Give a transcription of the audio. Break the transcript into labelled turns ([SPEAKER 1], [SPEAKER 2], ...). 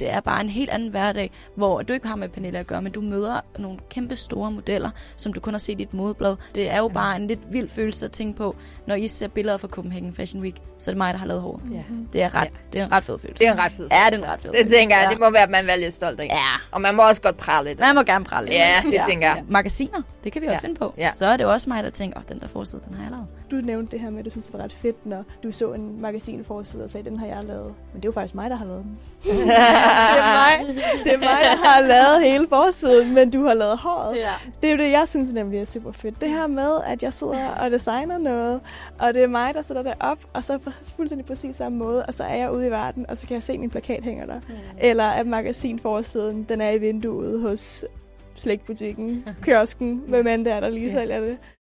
[SPEAKER 1] det er bare en helt anden hverdag, hvor du ikke har med Pernille at gøre, men du møder nogle kæmpe store modeller, som du kun har set i et modeblad. Det er jo ja. bare en lidt vild følelse at tænke på, når I ser billeder fra Copenhagen Fashion Week, så er det mig, der har lavet håret. Ja. Det, er ret, ja. det er en ret fed følelse.
[SPEAKER 2] Det er en ret fed
[SPEAKER 1] følelse. Ja, det er en ret fed
[SPEAKER 2] Det
[SPEAKER 1] følelse.
[SPEAKER 2] tænker jeg,
[SPEAKER 1] ja.
[SPEAKER 2] det må være, at man er lidt stolt af.
[SPEAKER 1] Ja.
[SPEAKER 2] Og man må også godt prale lidt.
[SPEAKER 1] Man må gerne prale lidt.
[SPEAKER 2] Ja, det tænker jeg.
[SPEAKER 1] Magasiner, det kan vi også
[SPEAKER 2] Ja.
[SPEAKER 1] finde på.
[SPEAKER 2] Ja.
[SPEAKER 1] Så er det jo også mig, der tænker, åh, oh, den der forside, den har jeg lavet.
[SPEAKER 3] Du nævnte det her med, at du synes, det var ret fedt, når du så en magasinforside og sagde, den har jeg lavet. Men det er jo faktisk mig, der har lavet den. det, er mig, det er mig, der har lavet hele forsiden, men du har lavet håret.
[SPEAKER 1] Ja.
[SPEAKER 3] Det er jo det, jeg synes nemlig er super fedt. Det her med, at jeg sidder og designer noget, og det er mig, der sætter det op, og så på fuldstændig præcis samme måde, og så er jeg ude i verden, og så kan jeg se, at min plakat hænger der. Mm. Eller at magasinforsiden, den er i vinduet hos slægtbutikken, kiosken, hvem end det er, der lige sælger det.